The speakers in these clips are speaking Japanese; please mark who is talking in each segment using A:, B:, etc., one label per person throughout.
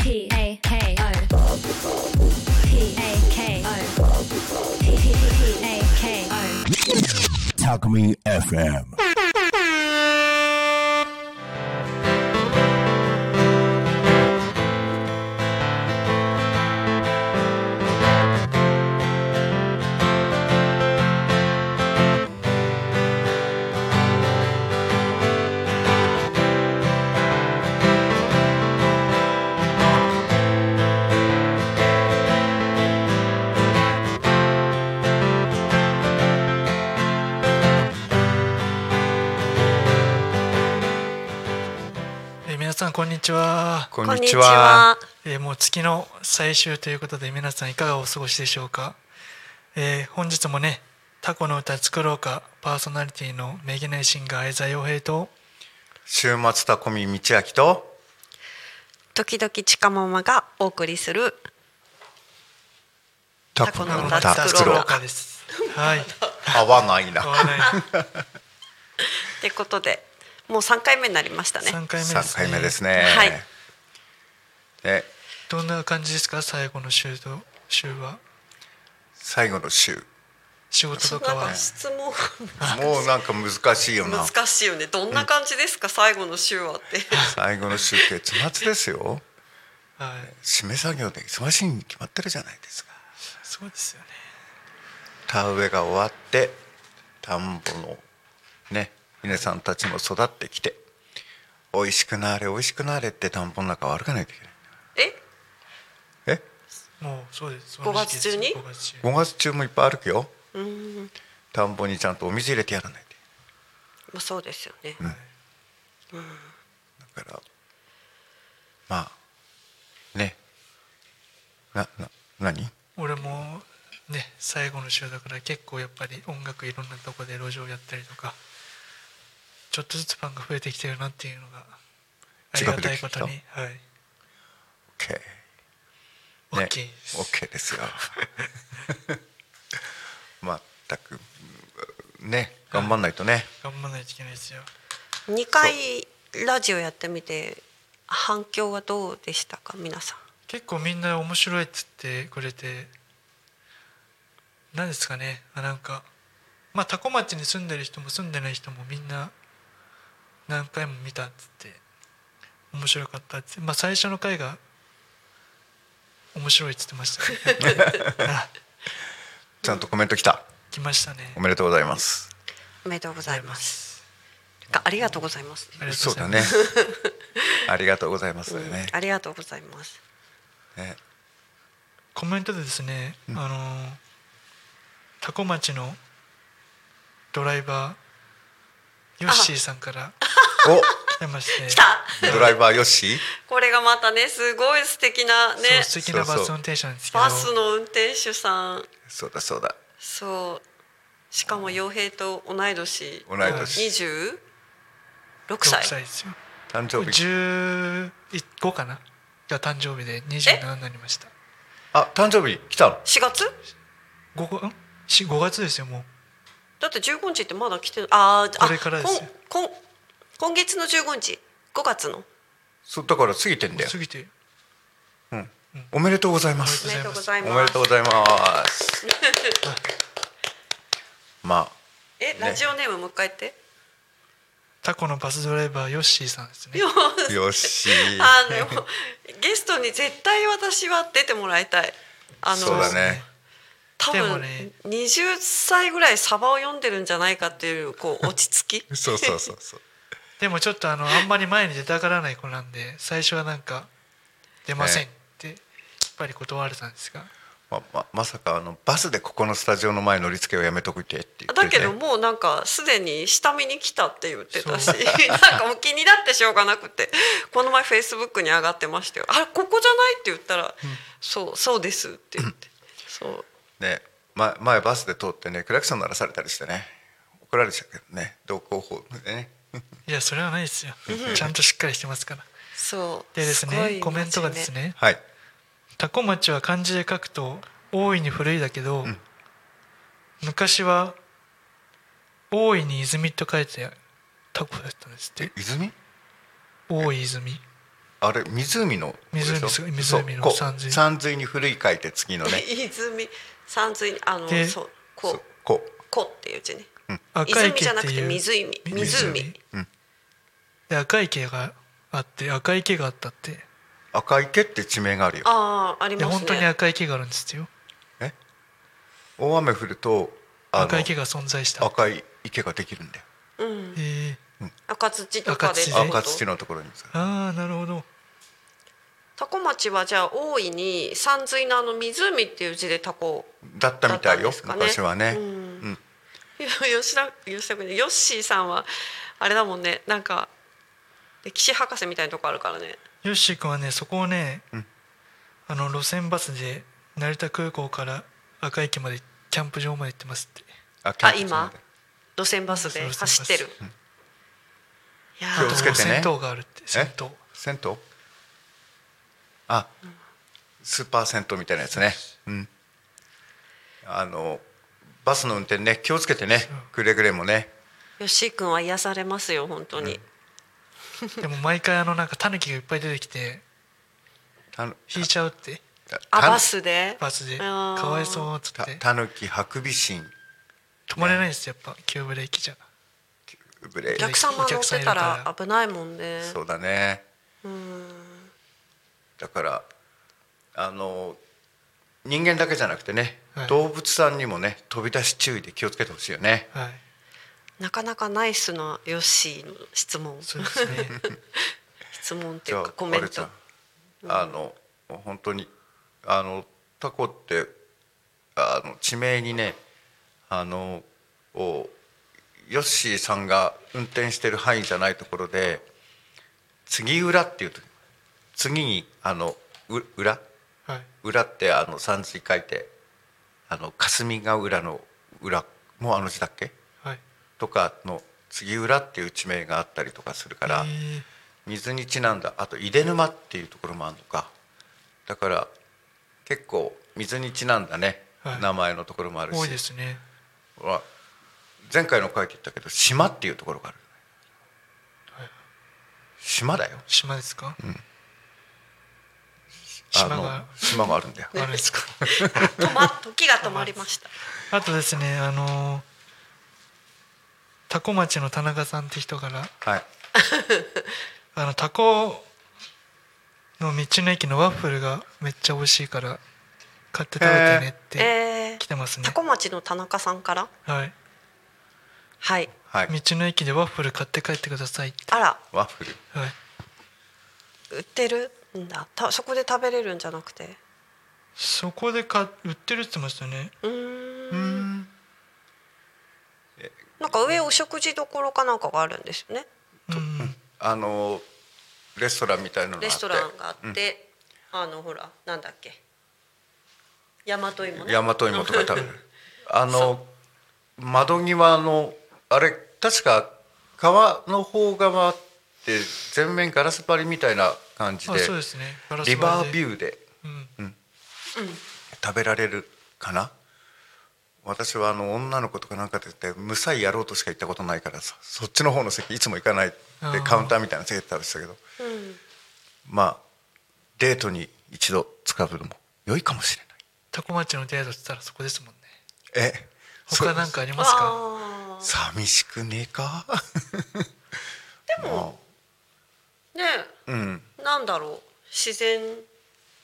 A: P A K O P A K O P A K O
B: Takumi FM.
C: えー皆さんこんにちは、
D: こ
E: こ
D: ん
E: んに
D: に
E: ち
D: ち
E: は
D: は。。
C: えーもう月の最終ということで皆さんいかがお過ごしでしょうか、えー本日もね「タコの歌作ろうか」パーソナリティのめげないシンガー相沢洋平と
D: 週末タコミ道明と
E: 時々ちかママがお送りする。タコの歌
D: 作ろう
E: か
C: ですはい
D: 合わない な
C: 合。わない
E: ってことで、もう三回目になりましたね。
C: 3回目
D: 三
C: ですね
D: 回目ですね。
E: はい
D: で
C: どんな感じですか最後の週と週は
D: 最後の週、
C: 仕事
E: そ
C: と
E: うな
C: か
E: ん
C: は
E: か質問
D: もうなんか難しいよな。
E: 難しいよね。どんな感じですか、最後の週はって。
D: 最後の週月末ですよ。
C: はい
D: 締め作業で忙しいに決まってるじゃないですか。
C: そうですよね
D: 田植えが終わって田んぼのね稲さんたちも育ってきて美味しくなあれ美味しくなあれって田んぼの中を歩かないとい
E: え、
D: けない
C: もうそうです
E: 5月中に
C: 5月中
D: え5月中もいっぱい歩くよ
E: うん、
D: 田んぼにちゃんとお水入れてやらないとい
E: まあそうですよね。
D: けないだからまあねなな何
C: 俺もね最後の週だから結構やっぱり音楽いろんなとこで路上やったりとかちょっとずつファンが増えてきてるなっていうのがありがたいことに
D: 近くで聞い
C: はい
D: OK
C: OK
D: ね
C: です、
D: OK です よまったくね頑張んないとね、
C: 頑張らないといけないですよ
E: 二回ラジオやってみて反響はどうでしたか、皆さん。
C: 結構みんな面白いっつってくれて何ですかねあなんかまあ多古町に住んでる人も住んでない人もみんな何回も見たっつって面白かったっつって、まあ、最初の回が面白いっつってま したねあ
D: ちゃんとコメント来た
C: 来ましたね
D: おめでとうございます
E: おめでとうございます。
C: す
E: かありがとうございます。
C: ありがとう
D: そう
C: ござ
D: だ
C: いま
D: ね
C: す。
D: ありがとうございますだよね。
E: ありがとうございます。
D: ね
C: コメントでですね、あのー多古町のドライバーヨッシーさんから来てまして
E: 来た。
D: お、ドライバーよし。
E: これがまたね、すごい素敵なね。
C: そう素敵なバス運転手なんですけど
E: バスの運転手さん
D: そうだそうだ。
E: そうしかも洋平と同い年
D: 同い年。
E: 26
C: 6
E: 歳
C: ですよ
D: 誕生日。
C: 15かなが誕生日で27になりました
D: あ、誕生日来たの。
E: 4月
C: 5, んし5月ですよもう
E: だって15日ってまだ来てあーあ
C: これからですよ
E: こんこん今月の15日5月の
D: そうだから過ぎてんだよ
C: 過。ぎて
D: おめでとうございま
E: お
C: お
D: す。
C: め
E: め
C: で
E: で
C: と
E: と
C: う
E: う
C: ご
E: ご
C: ざ
E: ざ
C: い
E: い
D: お
E: ます
D: めでとうございます。 まあ
E: えラジオネームもう一回言って、
C: タコのバスドライバーヨッシーさんですね
E: よ
D: よし。
E: あーでもゲストに絶対私は出てもらいたいあの
D: そうだね。
E: 多
C: でも
E: 分、
C: ね
E: 20歳ぐらいサバを読んでるんじゃないかっていうこう落ち着き
D: そうそうそうそう。
C: でもちょっとあのあんまり前に出たがらない子なんで最初はなんか出ませんってやっぱり断られたんですが
D: まままさかあのバスでここのスタジオの前乗り付けをやめとくってって言って
E: だ
D: るね
E: けどもうなんかすでに下見に来たって言ってたし
C: そ
E: な
C: うん
E: かもう気になってしょうがなくてこの前フェイスブックに上がってましたよ「あれここじゃない?」って言ったら「そうそうです」って言ってそう
D: ね前前バスで通ってねクラクション鳴らされたりしてね怒られちゃうけどね道交法でね
C: いやそれはないですよちゃんとしっかりしてますから
E: そう
C: でです
E: ご
C: ね
E: い
C: コメントがですね
D: はい
C: タコ町は漢字で書くと大いに古いだけど、昔は大いに泉と書いてタコだったんですって
D: 泉
C: 大い泉
D: あれ湖の
C: 湖です
D: そう
C: 湖の
D: こう
C: 山水
D: 山水に古い書いて次のね
E: 泉山水にあの
C: で
E: そう
D: そ
E: こ
D: う こう
E: こっていう字ね
C: 赤
E: 泉
C: 池
E: じゃ
C: っ
E: な
C: て
E: くて
C: いう
E: 湖湖
C: で赤池があって赤池があったって
D: 赤池って地名があるよ
E: あああり
C: いや
E: ます
C: 本当に
E: ね
C: 赤池があるんですよ
D: え大雨降るとあの
C: 赤池が存在した
D: 赤い池ができるんだよ
E: うん
C: えー
E: 赤土とかでってこと
D: 赤土のところにさ
C: ああなるほど
E: タコ町はじゃあ大いに山水のあの湖っていう字でタコ
D: だったみたいよ、
E: だったんで
D: 昔
E: すか
D: はね、
E: う
D: うんん
E: 吉田吉田君ねヨッシーさんはあれだもんねなんか歴史博士みたいなとこあるからね
C: ヨッシー君はねそこをね、
D: うん
C: あの路線バスで成田空港から赤池までキャンプ場まで行ってますって
D: あ
E: あ
D: キャンプ
E: 今路線バス
C: そ
E: で
C: うそう
E: 走ってる
C: 路
E: いや
D: 気を
E: ー
D: つけてね
C: あと銭湯があるって銭湯
D: 銭湯あスーパー銭湯みたいなやつねうんあのバスの運転ね気をつけてねくれぐれもね
E: ヨッシー君は癒されますよ本当に、
C: でも毎回あのなんかタヌキがいっぱい出てきて
D: たぬ
C: 引いちゃうって
D: た
E: あ
D: た
E: バスで
C: バスでか
E: あー
C: わいそうっつったて
D: たぬきハクビシン
C: 止まれないんですよやっぱ急ブレーキじゃ
D: ブレ
E: お
D: イ
E: 客様乗ってたら危ないもんね
D: そうだねだからあの人間だけじゃなくてね、
C: はい
D: 動物さんにもね飛び出し注意で気をつけてほしいよね
C: はい
E: なかなかナイスなヨッシーの質問
C: そうです ね
E: 質問って
D: じ
E: い
D: ゃ
E: う
D: あ
E: かコメント
D: あれさあの本当にあのタコってあの地名にねあのおヨッシーさんが運転してる範囲じゃないところで次裏っていうと次にあのう裏
C: はい
D: 裏ってあの山水書いてあの霞ヶ浦の裏もあの字だっけ
C: はい
D: とかの杉浦っていう地名があったりとかするから
C: えー
D: 水にちなんだあと井出沼っていうところもあるのかだから結構水にちなんだね、
C: はい
D: 名前のところもあるし
C: 多いですね
D: ほら前回の回で言ったけど島っていうところがある、島だよ
C: 島ですか、
D: あ
C: 島
D: の
C: が
D: 島があるんだよ
C: あるんですか
E: 止ま時が止まりました
C: あとですねあのー多古町の田中さんって人から
D: はい
C: あのタコの道の駅のワッフルがめっちゃ美味しいから買って食べてねって
E: えー
C: 来てますね
E: タ、コ町の田中さんから
C: はい、
E: はい
D: はい
C: 道の駅でワッフル買って帰ってくださいって、
E: あら
D: ワッフル
C: はい、
E: 売ってるんだたそこで食べれるんじゃなくて
C: そこで買っ売ってるって言ってましたね
E: うーんなんか上お食事どころかなんかがあるんですよね
C: うん
D: あのレストランみたいなのがあって
E: レストランがあって、あのほらなんだっけ大和芋ね
D: 大和芋とか食べる あの窓際のあれ確か川の方側って全面ガラス張りみたいな感じ
C: あ
D: で
C: そうですねガラス
D: リバービ
C: ー、
D: ューで
C: うん、
D: 食べられるかな私はあの女の子とかなんかと言ってむさいやろうとしか行ったことないからさそっちの方の席いつも行かない
C: あ
D: で
C: ー
D: カウンターみたいな席で食べてたけど
E: うん
D: まあデートに一度使うのも良いかもしれ
C: タコ町のデートって言ったらそこですもんね
D: ないえ
C: 他なんかありますか
E: あー
D: 寂しくねえか でも、
E: ね
D: うん
E: えなんだろう自然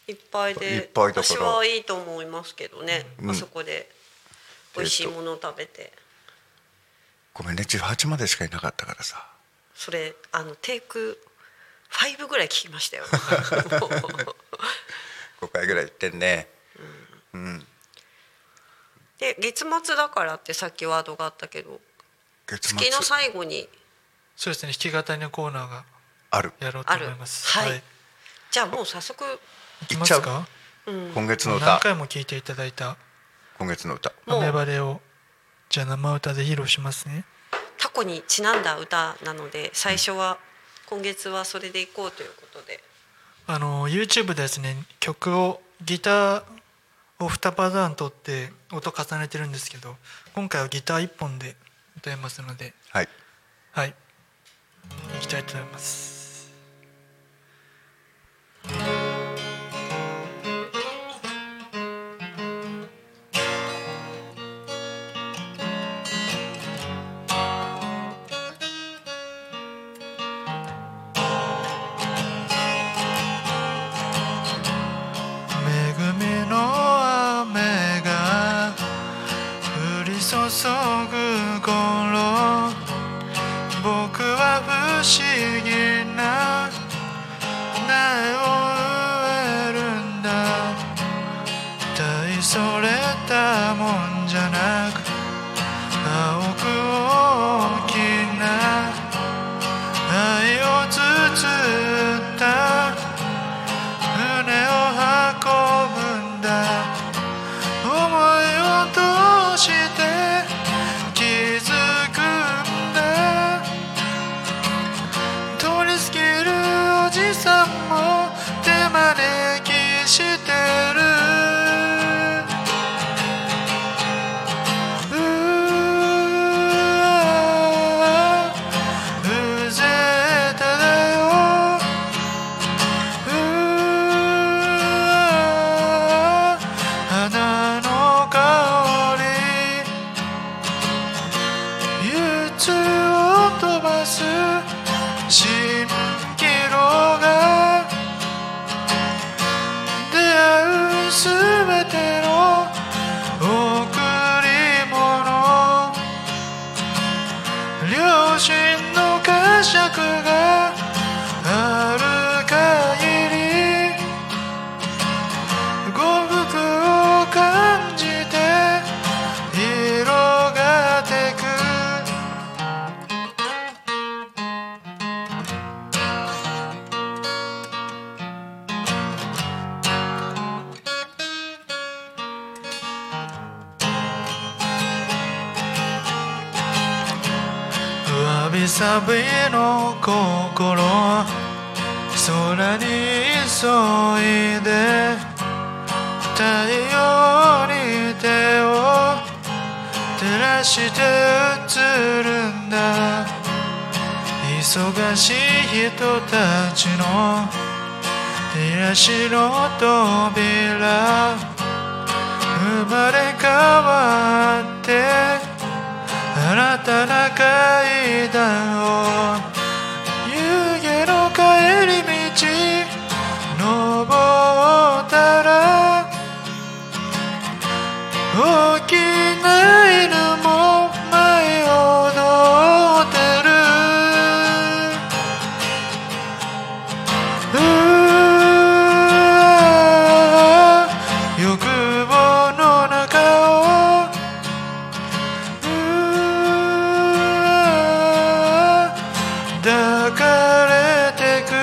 E: いっぱいで
D: いっぱいだから
E: 私はいいと思いますけどね、
D: うん
E: あそこで美味しいものを食べて
D: ごめんね18までしかいなかったからさ
E: それあのテイク5ぐらい聞きましたよ
D: 5回ぐらい行ってんねうん、
E: で月末だからってさっきワードがあったけど
D: 月末
E: 月の最後に
C: そうですね弾き語りのコーナーが
D: ある
C: やろうと思います
E: あるはいじゃあもう早速
C: いきます
D: 行
C: か
D: 今月の
C: 何
D: 歌
C: 回も聴いていただいた
D: 今月の歌
C: 「
E: も
C: 雨
E: う
C: 晴れ」をじゃあ生歌で披露しますね
E: タコにちなんだ歌なので最初は今月はそれでいこうということで
C: あの YouTube でですね曲をギターを2パターン取って音重ねてるんですけど今回はギター1本で歌いますので
D: はい
C: はいいきたいと思いますそれたもんじゃなく青く大きな愛を包んだ胸を運ぶんだ思いを通して気づくんだ通り過ぎるおじさんも手招きしてるうわうぜただようわ花の香り憂鬱を飛ばす蜃気楼が出会うすべての贈り物両親の呵責がある限り幸福を感じて広がってくわびさびの心空に急いで太陽に手を照らして映るんだ忙しい人たちの照らしの扉生まれ変わって新たな階段を湯気の帰り道登ったら大きな犬も舞い踊ってるうわ欲望の中を「抱かれてく」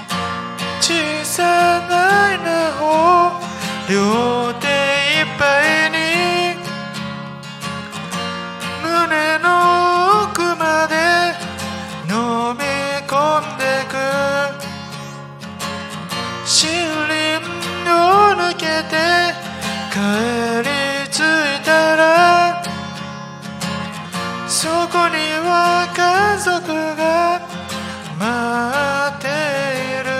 C: 「小さな穴を両手いっぱいに」「胸の奥まで飲み込んでく」森林を抜けて帰り着いたらそこには家族が待っている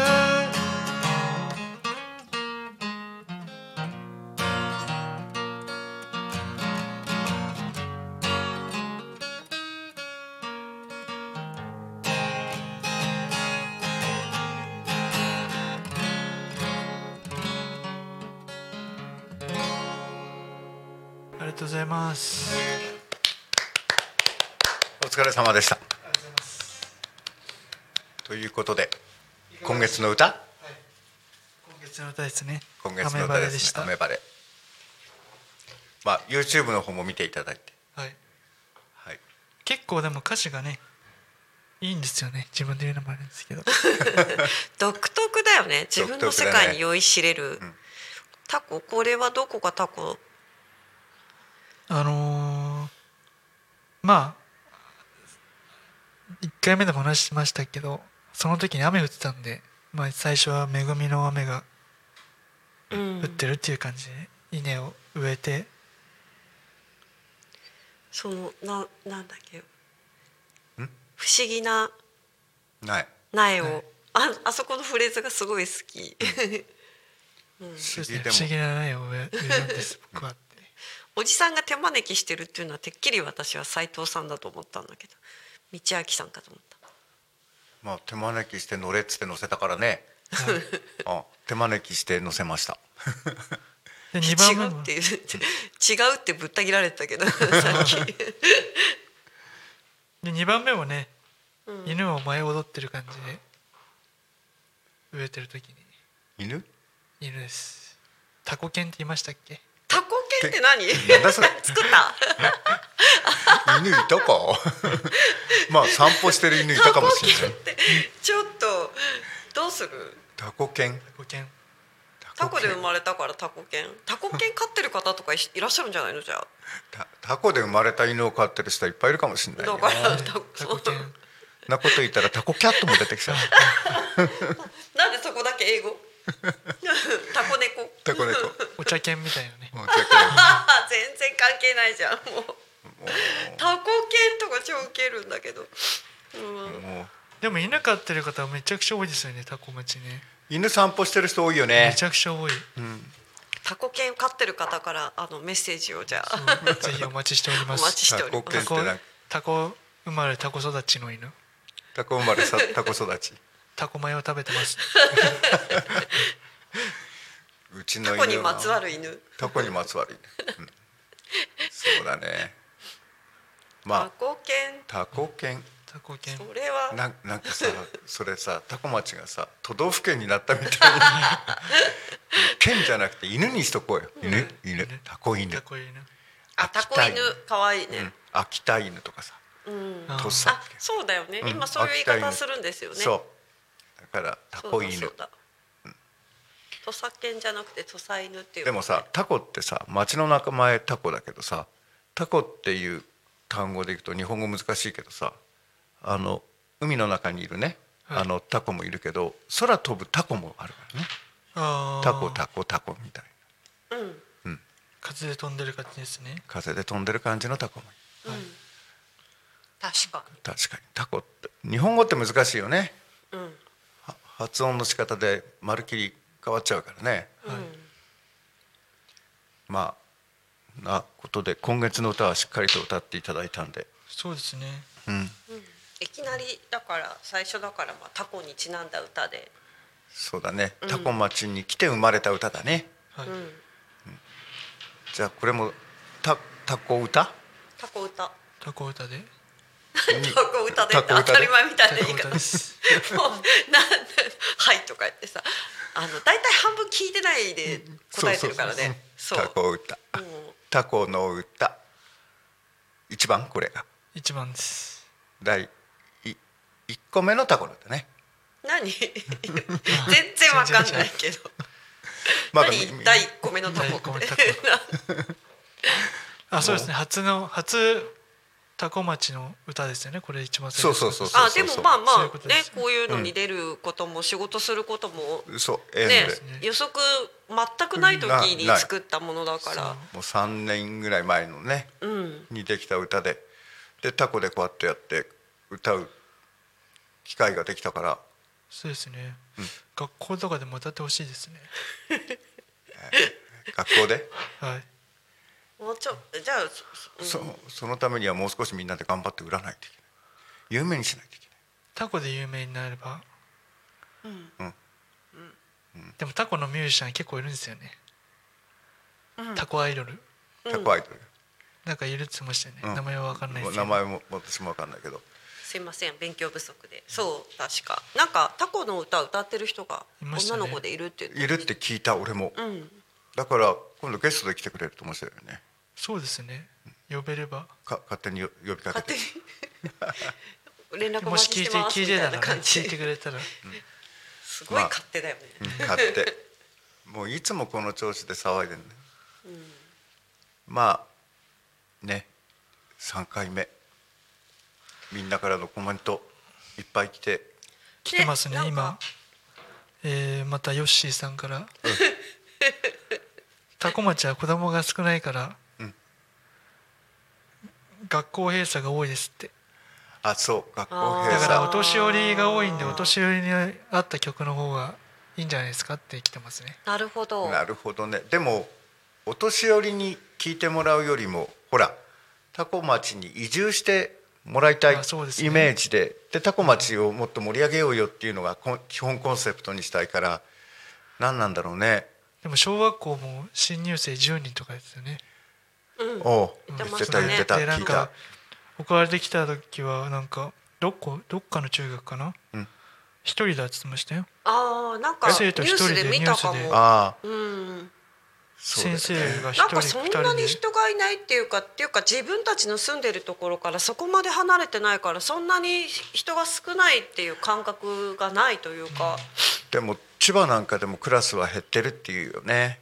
C: ありがとうございます
D: お疲れ様でしたということで今月の歌
C: 今月の歌ですね
D: 今月の歌
C: 雨晴れ
D: で
C: でし
D: す
C: たは
D: ね雨晴れまあ YouTube の方も見ていただいて
C: い
D: はい
C: 結構でも歌詞がねいいんですよね自分で言うのもあれですけど
E: 独特だよね自分の
D: 独特だね
E: 世界に酔いしれる、
D: ん
E: タコこれはどこがタコ
C: あのーまあ1回目でも話しましたけどその時に雨降ってたんで、まあ、最初は恵みの雨が
E: うん
C: 降ってるっていう感じで稲を植えて
E: そのななんだっけ不思議な
D: ない
E: 苗を、
C: はい
E: ああそこのフレーズがすごい好き
D: 不思議
C: 不思議
D: でも
C: な苗を植え植えるん です僕はって
E: おじさんが手招きしてるっていうのはてっきり私は斉藤さんだと思ったんだけど道明さんかと思った
D: まあ手招きして乗れっつって乗せたからねあ手招きして乗せました
C: で2
E: 違
C: 番目
E: う
C: も
E: っていう違うって ぶった切られてたけどさっき
C: で2番目もね、犬を舞い踊ってる感じで植えてる時に
D: 犬
C: 犬ですタコ犬って言いましたっけ
E: タコ犬って何
D: けなんだそれ
E: 作った
D: 犬いた かまあ散歩してる犬いたかもしれない
E: ちょっとどうする
D: タコ犬
C: タコ犬
E: タコで生まれたからタコ犬タコ犬飼ってる方とかいしいらっしゃるんじゃないのじゃあ
D: タタコで生まれた犬を飼ってる人いっぱいいるかもしれない
E: だ
D: よ
E: か
C: は
E: ら
C: い
E: タコ
C: タコ犬
D: なこと言ったらタコキャットも出て きちゃう
E: なんでそこだけ英語 タコ猫
D: タコ猫
C: お茶犬みたいなね
D: もうちょ っと
E: あー全然関係ないじゃんもうタコ犬とか超ウケるんだけど、うん、
D: もう
C: でも犬飼ってる方はめちゃくちゃ多いですよねタコ町ね
D: 犬散歩してる人多いよ
C: め
D: ね
C: ちゃくちゃ多い
E: タコ犬飼ってる方からあのメッセージをじゃあ
C: ぜひお待ちしており
E: お
C: ます
E: 待ちしており
D: タコ
C: タコ
D: 犬っ
E: ます
D: てなんか
C: タコ生まれタコ育ちの犬
D: タコ生まれさタコ育ち
C: タコ米を食べてます
D: うちの犬
E: タコ
D: は
E: にまつわる犬
D: タコにまつわる犬、うんそうだね
E: タ
D: まあ
E: コ犬
D: タコ犬
C: タコ犬
E: それは
D: なんなんかさそれさタコ町がさ都道府県になった みたいな県じゃなくて犬にしとこうよ犬犬タコ犬
C: タコ犬
E: あタコ犬可愛いね、
D: うん秋田犬とかさ
C: あー
D: 土佐
E: あそうだよね、
D: うん
E: 今そういう言い方するんですよね
D: そうだからタ
E: そうだ
D: コ犬
E: そうだ土佐犬じゃなくて土佐犬っていう
D: でもさタコってさ町の名前タコだけどさタコっていう単語でいくと日本語難しいけどさあの海の中にいるね、
C: はい
D: あのタコもいるけど空飛ぶタコもあるからね
C: あー
D: タコタコタコみたいな
E: うん、うん、
C: 風で飛んでる感じですね
D: 風で飛んでる感じのタコもいる
E: 確か
D: 確かにタコって日本語って難しいよね
E: にうん
D: は発音の仕方でまるっきり変わっちゃうからねまあなことで今月の歌はしっかりと歌っていただいたんで、
C: そうですね
D: うん、
E: いきなりだから最初だからまあタコにちなんだ歌で、
D: そうだねタコ町に来て生まれた歌だね、
C: はい、
E: うん、
D: じゃあこれもタタコ歌
E: タコ歌
C: タコ歌で
D: に
E: タコ歌で
D: タ
E: っ
D: コ
E: て
D: 歌で
E: 当たり前みたい
C: タ
E: な
C: コ
E: 言い
C: 歌
E: 方
C: です
E: もうなんで「はい」とか言ってさあの大体半分聞いてないで答えてるからね
D: そ
E: そ
D: うそうそう
E: う
D: タコ歌
E: もう
D: タコの歌一番これが
C: 一番です
D: 第い一個目のタコの歌ね
E: 何 全然わかんないけど
D: まだ
E: 何第1個目のタ
C: 第
E: コ
C: 一個
E: っ
C: 目
E: て
C: タコあそうですね初の初タコ町の歌ですよねこれ一番最
D: そう
C: 初
D: そうそうそう
E: あでもまあま
C: そういう
E: あ
C: ことで
E: ね
C: す
E: こういうのに出ることも仕事することも
D: あそう縁で
E: ね予測全くない時に作ったものだから
D: もう三年ぐらい前のね
E: うん
D: にできた歌ででタコでこうやってやって歌う機会ができたから
C: そうですね、学校とかでも歌ってほしいですね
D: 学校で
C: はい
E: もうちょじゃあ
D: そそのためにはもう少しみんなで頑張って売らないといけない有名にしないといけ
C: タコで有名になれば
E: うん
D: うん
C: でもタコのミュージシャン結構いるんですよね、タコアイドル
D: ないタコアイドル、
C: なんかいるっつってましたよね、
D: うん
C: 名前は分かんないですけど
D: 名前も私も分かんないけど
E: すいません勉強不足でそう確かなんかタコの歌を歌ってる人が
C: いました
E: 女
C: ね
E: の子でいるって言って
D: いるって聞いた俺も、
E: うん
D: だから今度ゲストで来てくれると面白いよね
C: そうですね呼べれば
D: か勝手に呼びかけ
E: 勝
D: て
E: 手に連絡お
C: も
E: 待
C: し
E: ち
C: 聞い
E: しててます
C: 聞い
E: み
C: て
E: たい
C: たら、
E: な
C: ね、
E: 感じ
C: 聞いてくれたら
E: すごい勝手だよね
D: うん買ってもういつもこの調子で騒いでるね、まあね3回目みんなからのコメントいっぱい来て
C: 来てますね
E: なん
C: 今、
E: か
C: えーまたヨッシーさん から「タコ町は子供が少ないから、
D: うん
C: 学校閉鎖が多いです」って
D: あそう学校
E: あー
C: だ
D: 閉
C: からお
D: 鎖
C: 年寄りが多いんで
E: あー
C: お年寄りに合った曲の方がいいんじゃないですかって来てますね
E: なるほど
D: なるほどねでもお年寄りに聞いてもらうよりもほらタコ町に移住してもらいたいイメ
C: あそうですね
D: ージで,、でタコ町をもっと盛り上げようよっていうのがこん基本コンセプトにしたいから何なんだろうね、
C: でも小学校も新入生10人とかですよね
E: うん
D: おう
E: 言
D: 言
E: っ
D: って
E: ま
D: て
E: した
D: た
E: ね
D: 言ってた
C: でな
D: 聞
C: ん
D: い
C: か
D: た
C: 送られてきた時はなんかどっこどっかの中学かな
D: うん
C: 一人だっつってましたよ
E: あーなんかニ
C: 生
E: ュ
C: 徒
E: ー
C: 一人
E: ス
C: で
E: で見たか
C: ニュース
E: も
C: で
D: ああ
E: うん
D: そうだよ
C: 先
D: ね
C: 生が一
E: なん
C: 人
E: か
C: 二
E: そん
C: 人
E: な
C: で
E: に人がいないっていうかっていうか自分たちの住んでるところからそこまで離れてないからそんなに人が少ないっていう感覚がないというか、
D: でも千葉なんかでもクラスは減ってるっていうよね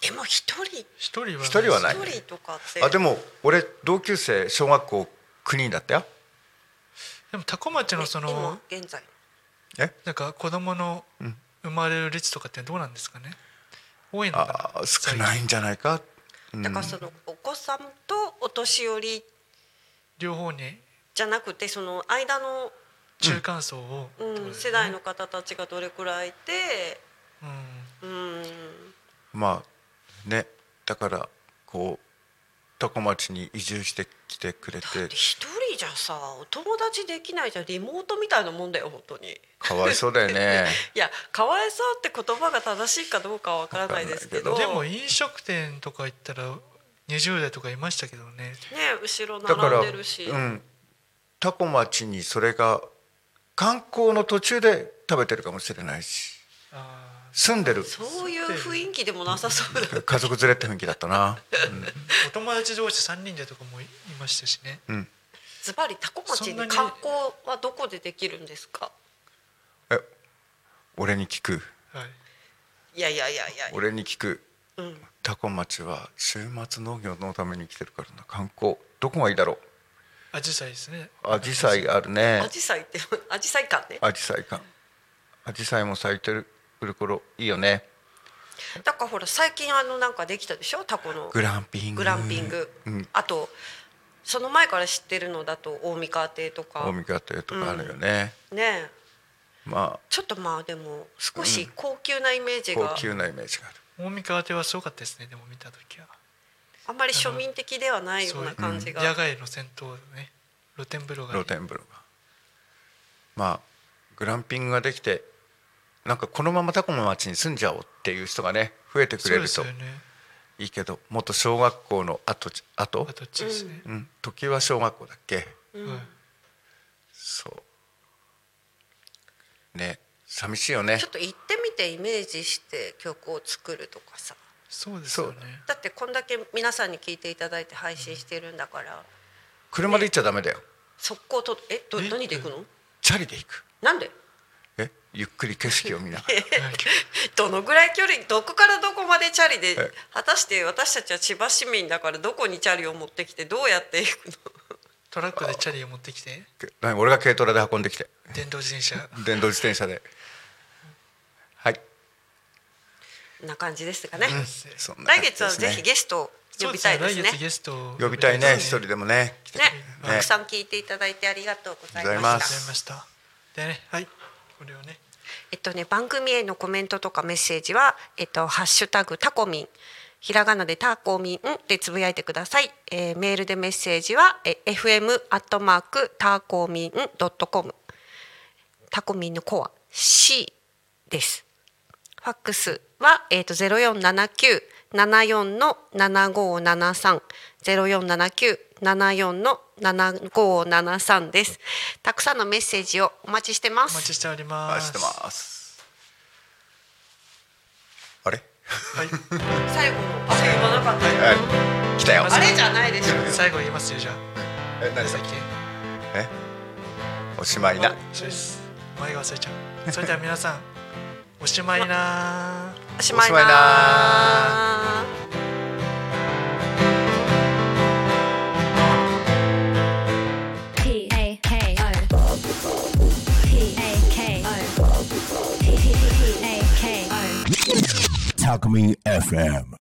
E: でも一人
C: 一人は
D: 一人はない
E: 一人とかって
D: あでも俺同級生小学校9人だったよ
C: でも多古町のその
E: 今現在
D: え
C: なんか子供の生まれる率とかってどうなんですかね多いのか
D: あ
C: な
D: 少ないんじゃないか、うん
E: だからそのお子さんとお年寄り
C: 両方に
E: じゃなくてその間の、
C: 中間層を、
E: うん
C: ってことです
E: 世
C: ね
E: 代の方たちがどれくらいいて
C: うん
E: うん
D: まあねだからこう多古町に移住してきてくれて
E: 一人じゃさお友達できないじゃんリモートみたいなもんだよ本当に。
D: かわいそうだよね
E: いやかわいそうって言葉が正しいかどうかはわからないですけど
D: わ
C: でも飲食店とか行ったら20代とかいましたけどね
E: ね後ろ
D: だから、
E: 並んでるし、
D: うん、多古町にそれが観光の途中で食べてるかもしれないし
C: あ
D: 住んでる
E: そういう雰囲気でもなさそうだ
D: 家族連れって雰囲気だった な、
C: ーお友達同士3人でとかもいいましたしね
D: うんうん、
E: ズバリタコ町
C: そんな
E: に
C: に
E: 観光はどこでできるんですか
D: え俺に聞く
C: はい
E: いやいやいやいや
D: 俺に聞く
E: うん、
D: 多古町は週末農業のために来てるからな観光どこがいいだろう
C: アジサイですね
D: アジサイあるね
E: アジサイってアジサイ館ね
D: アジサイ館アジサイも咲いてるくる頃いいよね
E: だからほら最近あのなんかできたでしょタコの
D: グランピング
E: グランピング、
D: うん
E: あとその前から知ってるのだと大三河邸とか
D: 大見方とかあるよね、
E: ね
D: まあ
E: ちょっとまあでも少し高級なイメージが、
D: 高級なイメージがある
C: 大三河亭はすごかったですねでも見た時は
E: あんまり庶民的ではないような感じが、
C: 野外の戦闘ね露天風呂が
D: 露天風呂がまあグランピングができてなんかこのままタコの町に住んじゃおうっていう人がね増えてく
C: そ
D: れ
C: うで
D: る
C: す
D: と
C: よね
D: いいけどもっと小学校の後後
C: あとちですね、
D: うん時は小学校だっけ
C: はい
D: そうね寂しいよね
E: ちょっと行ってみてイメージして曲を作るとかさ
C: そうですよね
D: そう
E: だってこんだけ皆さんに聞いていただいて配信してるんだから
D: 車で行っちゃダメだよ
E: 速攻とえど
C: え
E: 何で行くの
D: チャリで行く
E: なんで
D: えゆっくり景色を 見ながら
C: はい
E: どのぐらい距離どこからどこまでチャリで
D: え
E: 果たして私たちは千葉市民だからどこにチャリを持ってきてどうやって行くの
C: トラックでチャリを持ってきて
D: 何俺が軽トラで運んできて
C: 電動自転車
D: 電動自転車ではい
E: こんな感じですかね、
D: そんな
E: 来
D: 感じ
E: 月はぜひ
D: ですね
E: ゲストを 呼びたいです
C: そう
E: ね
C: ね来月ゲストを
D: 呼びたい
C: で
D: ね一
C: す
D: 人でもね来て
E: ね
D: ね
E: たくさん聞いていただいてありがとうございまし
D: ござ
E: た
C: あ
D: いま
C: りがとう
D: す
C: ございましたでねはいこれをね
E: えっとね、番組へのコメントとかメッセージは、えっと、ハッシュタグタコミン。ひらがなでタコミンでつぶやいてください。えーメールでメッセージは、え fm アットマークタコミンドットコム。タコミンのコア C です。ファックスはえっ、とゼロ四七九七四の七五七三ゼロ四七九七四の七五七三です。たくさんのメッセージをお待ちしてま
C: お
E: す。
C: 待ちしており
D: お
C: ま
D: 待ち
C: す
D: してますあれ
C: はい
E: 最後のあれ言わなかったよ
D: はい来たよ
E: あれじゃないでしょ
C: 最後言いますよじゃあ
D: え何さっ
C: 最
D: き
C: 近
D: えおしまいな
C: そうです前が忘れちゃうそれでは皆さんおしまいなー
E: おし
D: お
E: まい
D: しまい
E: なー
A: P-A-K-O. P-A-K-O. P-P-P-A-K-O.
B: Talk Me FM.